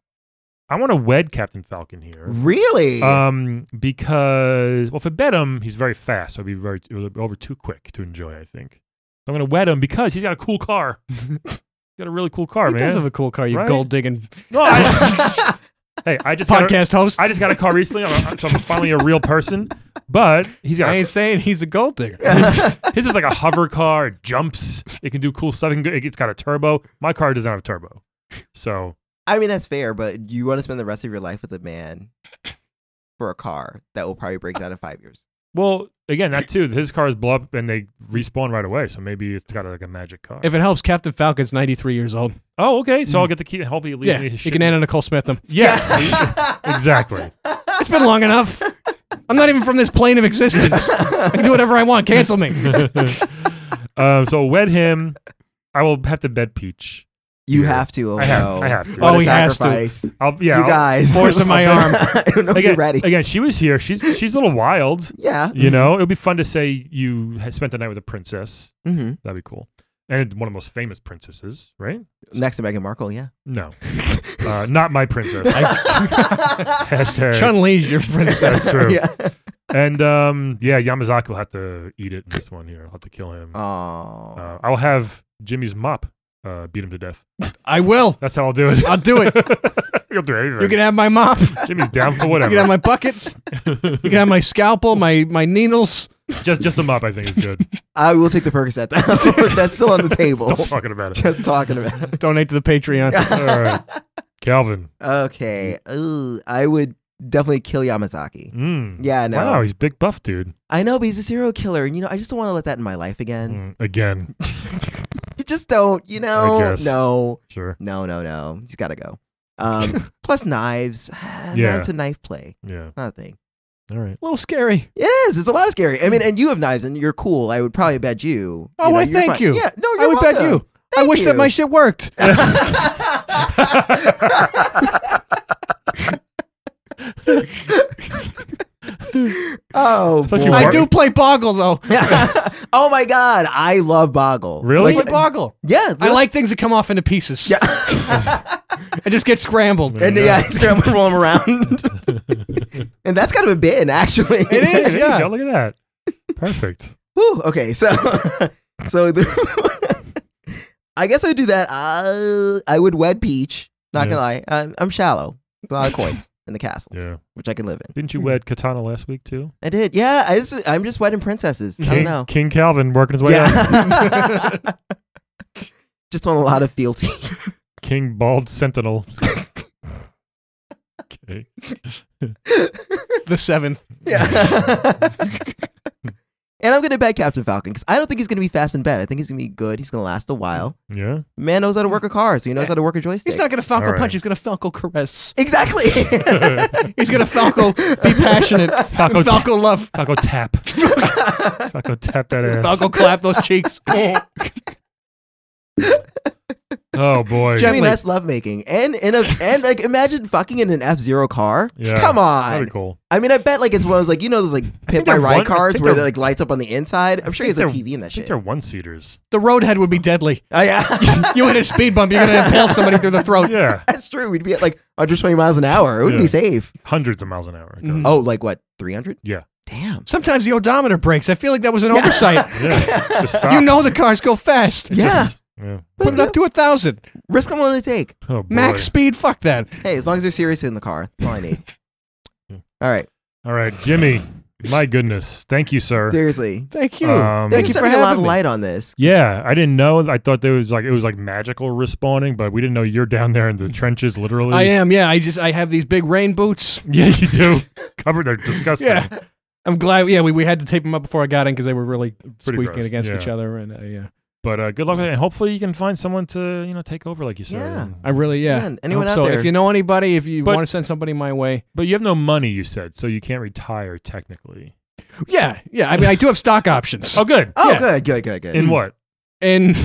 I want to wed Captain Falcon here.
really?
Uh,
Um, because well, if I bet him, he's very fast. So it'd be very it'll be over too quick to enjoy. I think I'm gonna wed him because he's got a cool car. he's got a really cool car,
He
man.
does have a cool car, you
Right?
gold digging
no, I, hey, I just got a,
podcast host.
I just got a car recently, I'm- so I'm finally a real person. But he's got
I
a
ain't saying he's a gold digger.
His is like a hover car. It jumps. It can do cool stuff. It can go- It's got a turbo. My car doesn't have a turbo. So
I mean, that's fair, but you want to spend the rest of your life with a man for a car that will probably break down in five years.
well, again, that too. His cars blow up and they respawn right away. So maybe it's got like a magic car.
If it helps, Captain Falcon's 93 years old.
oh, okay. So I'll get to keep. Hopefully, it leaves
Mm. Yeah,
me his
he
shit.
can Anna Nicole Smith him.
yeah, exactly.
It's been long enough. I'm not even from this plane of existence. I can do whatever I want. Cancel me.
um, so wed him. I will have to bed Peach.
You
Yeah.
have to. Oh,
I have.
no.
I have to.
What
Oh,
a
he has to.
sacrifice.
I'll, yeah.
you
I'll-
guys.
force in my arm.
I don't know if
again,
you're ready.
again, she was here. She's she's a little wild.
Yeah.
Mm-hmm.
You know, it would be fun to say you had spent the night with a princess.
hmm
That'd be cool. And one of the most famous princesses, right?
Next to Meghan Markle, yeah.
No, uh, not my princess. Hashtag.
Chun Li's your princess.
That's true.
yeah.
And um, yeah, Yamazaki will have to eat it in this one here. I'll have to kill him.
Oh.
Uh, I'll have Jimmy's mop uh, beat him to death.
I will.
That's how I'll do it.
I'll do it.
You'll do anything.
You can have my mop. You
Jimmy's down for
can have
whatever.
my bucket. You can have my scalpel, my, my needles.
just just a mop, I think, is good.
I will take the Percocet. That's still on the table.
Still talking about it.
Just talking about it.
Donate to the Patreon.
All right. Calvin.
Okay. Ooh, I would definitely kill Yamazaki.
Mm.
Yeah, no.
Wow, he's big buff, dude.
I know, but he's a serial killer. And, you know, I just don't want to let that in my life again.
Mm, again,
You just don't, you know?
guess.
No.
sure.
No, no, no. He's got to go. Um, plus knives.
Yeah.
Yeah. It's a knife play.
Yeah.
Not a thing.
All right.
A little scary.
It is. It's a lot of scary. I mean, and you have knives and you're cool. I would probably bet you.
Mm. Oh,
you know,
I
you're
thank
fine.
you.
Yeah, no, Oh, you're
I would bet
welcome.
you. I wish that
you.
my shit worked.
Oh,
thought you
boy.
I
Work.
do play Boggle, though.
oh my god, I love Boggle.
Really?
Play Boggle.
Yeah,
I like things that come off into pieces.
Yeah.
and just get scrambled.
and yeah, I scramble roll them around, and that's kind of a bin actually.
It
There
is.
you
yeah.
go. Look at that. Perfect.
Whew, okay, so so the, I guess I would do that. Uh, I would wed Peach. Not
Yeah.
gonna lie, I'm, I'm shallow. A lot of coins in the castle,
Yeah.
which I can live in.
Didn't you wed Katana last week too?
I did. Yeah, I just, I'm just wedding princesses. I don't
King,
know.
King Calvin working his way up.
Yeah. just want a lot of fealty.
King Bald Sentinel. okay.
The seventh.
Yeah. and I'm gonna bet Captain Falcon because I don't think he's gonna be fast in bed. I think he's gonna be good. He's gonna last a while.
Yeah.
Man knows how to work a car, so he knows how to work a joystick.
He's not going to Falco
All right.
punch. He's going to Falco caress.
exactly.
He's going to Falco be passionate.
Falco
Falco, love.
Falco tap. Falco tap that ass.
Falco clap those cheeks.
Oh boy.
I
Jeff-
mean
Definitely.
that's lovemaking, and in a and like imagine fucking in an F Zero car.
Yeah.
Come
That'd
on.
be cool.
I mean, I bet like it's one of those like you know those like pit by
they're
ride
one- I
cars
think
where they
they're-
like lights up on the inside. I'm sure he
think
has a
they're-
TV in
I
that
think
shit.
they're one seaters.
The roadhead would be deadly.
Oh yeah,
You hit a speed bump, you're going to impale somebody through the throat.
Yeah.
that's true. We'd be at like 120 miles an hour. It would
Yeah.
be safe.
Hundreds of miles an hour.
Mhm.
Oh, like what? 300?
Yeah.
Damn.
Sometimes the odometer breaks. I feel like that was an oversight.
Yeah. Just stop.
you know the cars go fast.
It
Yeah.
just- yeah.
Put it up to a thousand.
Risk I'm willing to take.
Oh boy.
Max speed, fuck that.
Hey, as long as they're serious in the car, that's all I need.
Yeah.
all right.
All right, Jimmy. My goodness. Thank you, sir.
Seriously.
Thank you.
Um,
Thank
Thank
you
you
for
a lot of
having me.
light on this.
Yeah, I didn't know. I thought there was like it was like magical respawning, but we didn't know you're down there in the trenches, literally.
I am. Yeah, I just I have these big rain boots.
Yeah, you do. Covered. They're disgusting.
Yeah. I'm glad. Yeah, we, we had to tape them up before I got in because they were really squeaking
gross,
against
yeah.
each other. And uh, yeah,
But uh, good luck with it, and hopefully you can find someone to you know take over, like you said.
Yeah.
And-
I really yeah.
Man, anyone
I hope
out
so.
there?
If you know anybody, if you
But-
want to send somebody my way,
but you have no money, you said, so you can't retire technically.
yeah, yeah. I mean, I do have stock options.
Oh, good.
oh,
yeah.
good, good, good, good.
In what?
and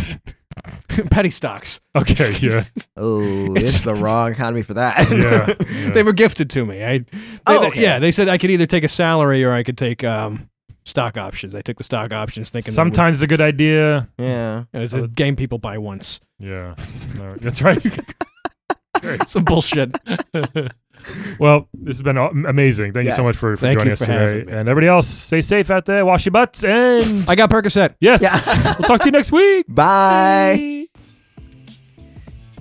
petty stocks.
Okay. Yeah.
oh,
It's-
it's the wrong economy for that.
Yeah.
They were gifted to me. I, they,
Oh,
they-
okay.
yeah. They said I could either take a salary or I could take um, stock options. I took the stock options, thinking that
Sometimes it's a good idea.
yeah.
we- it's a game people buy once.
Yeah. No, that's right.
Some bullshit.
well, this has been a- amazing. Thank you so
Yes.
much for, for
Thank
joining
you
us
for
today.
having me.
And everybody else, stay safe out there. Wash your butts. And
I got Percocet.
yes,
Yeah.
we'll talk to you next week.
Bye.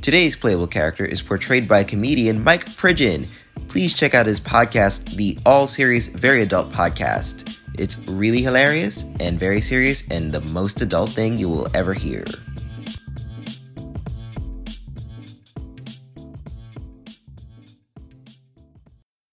Today's playable character is portrayed by comedian Mike Pridgeon. Please check out his podcast, the All Series Very Adult Podcast. It's really hilarious and very serious and the most adult thing you will ever hear.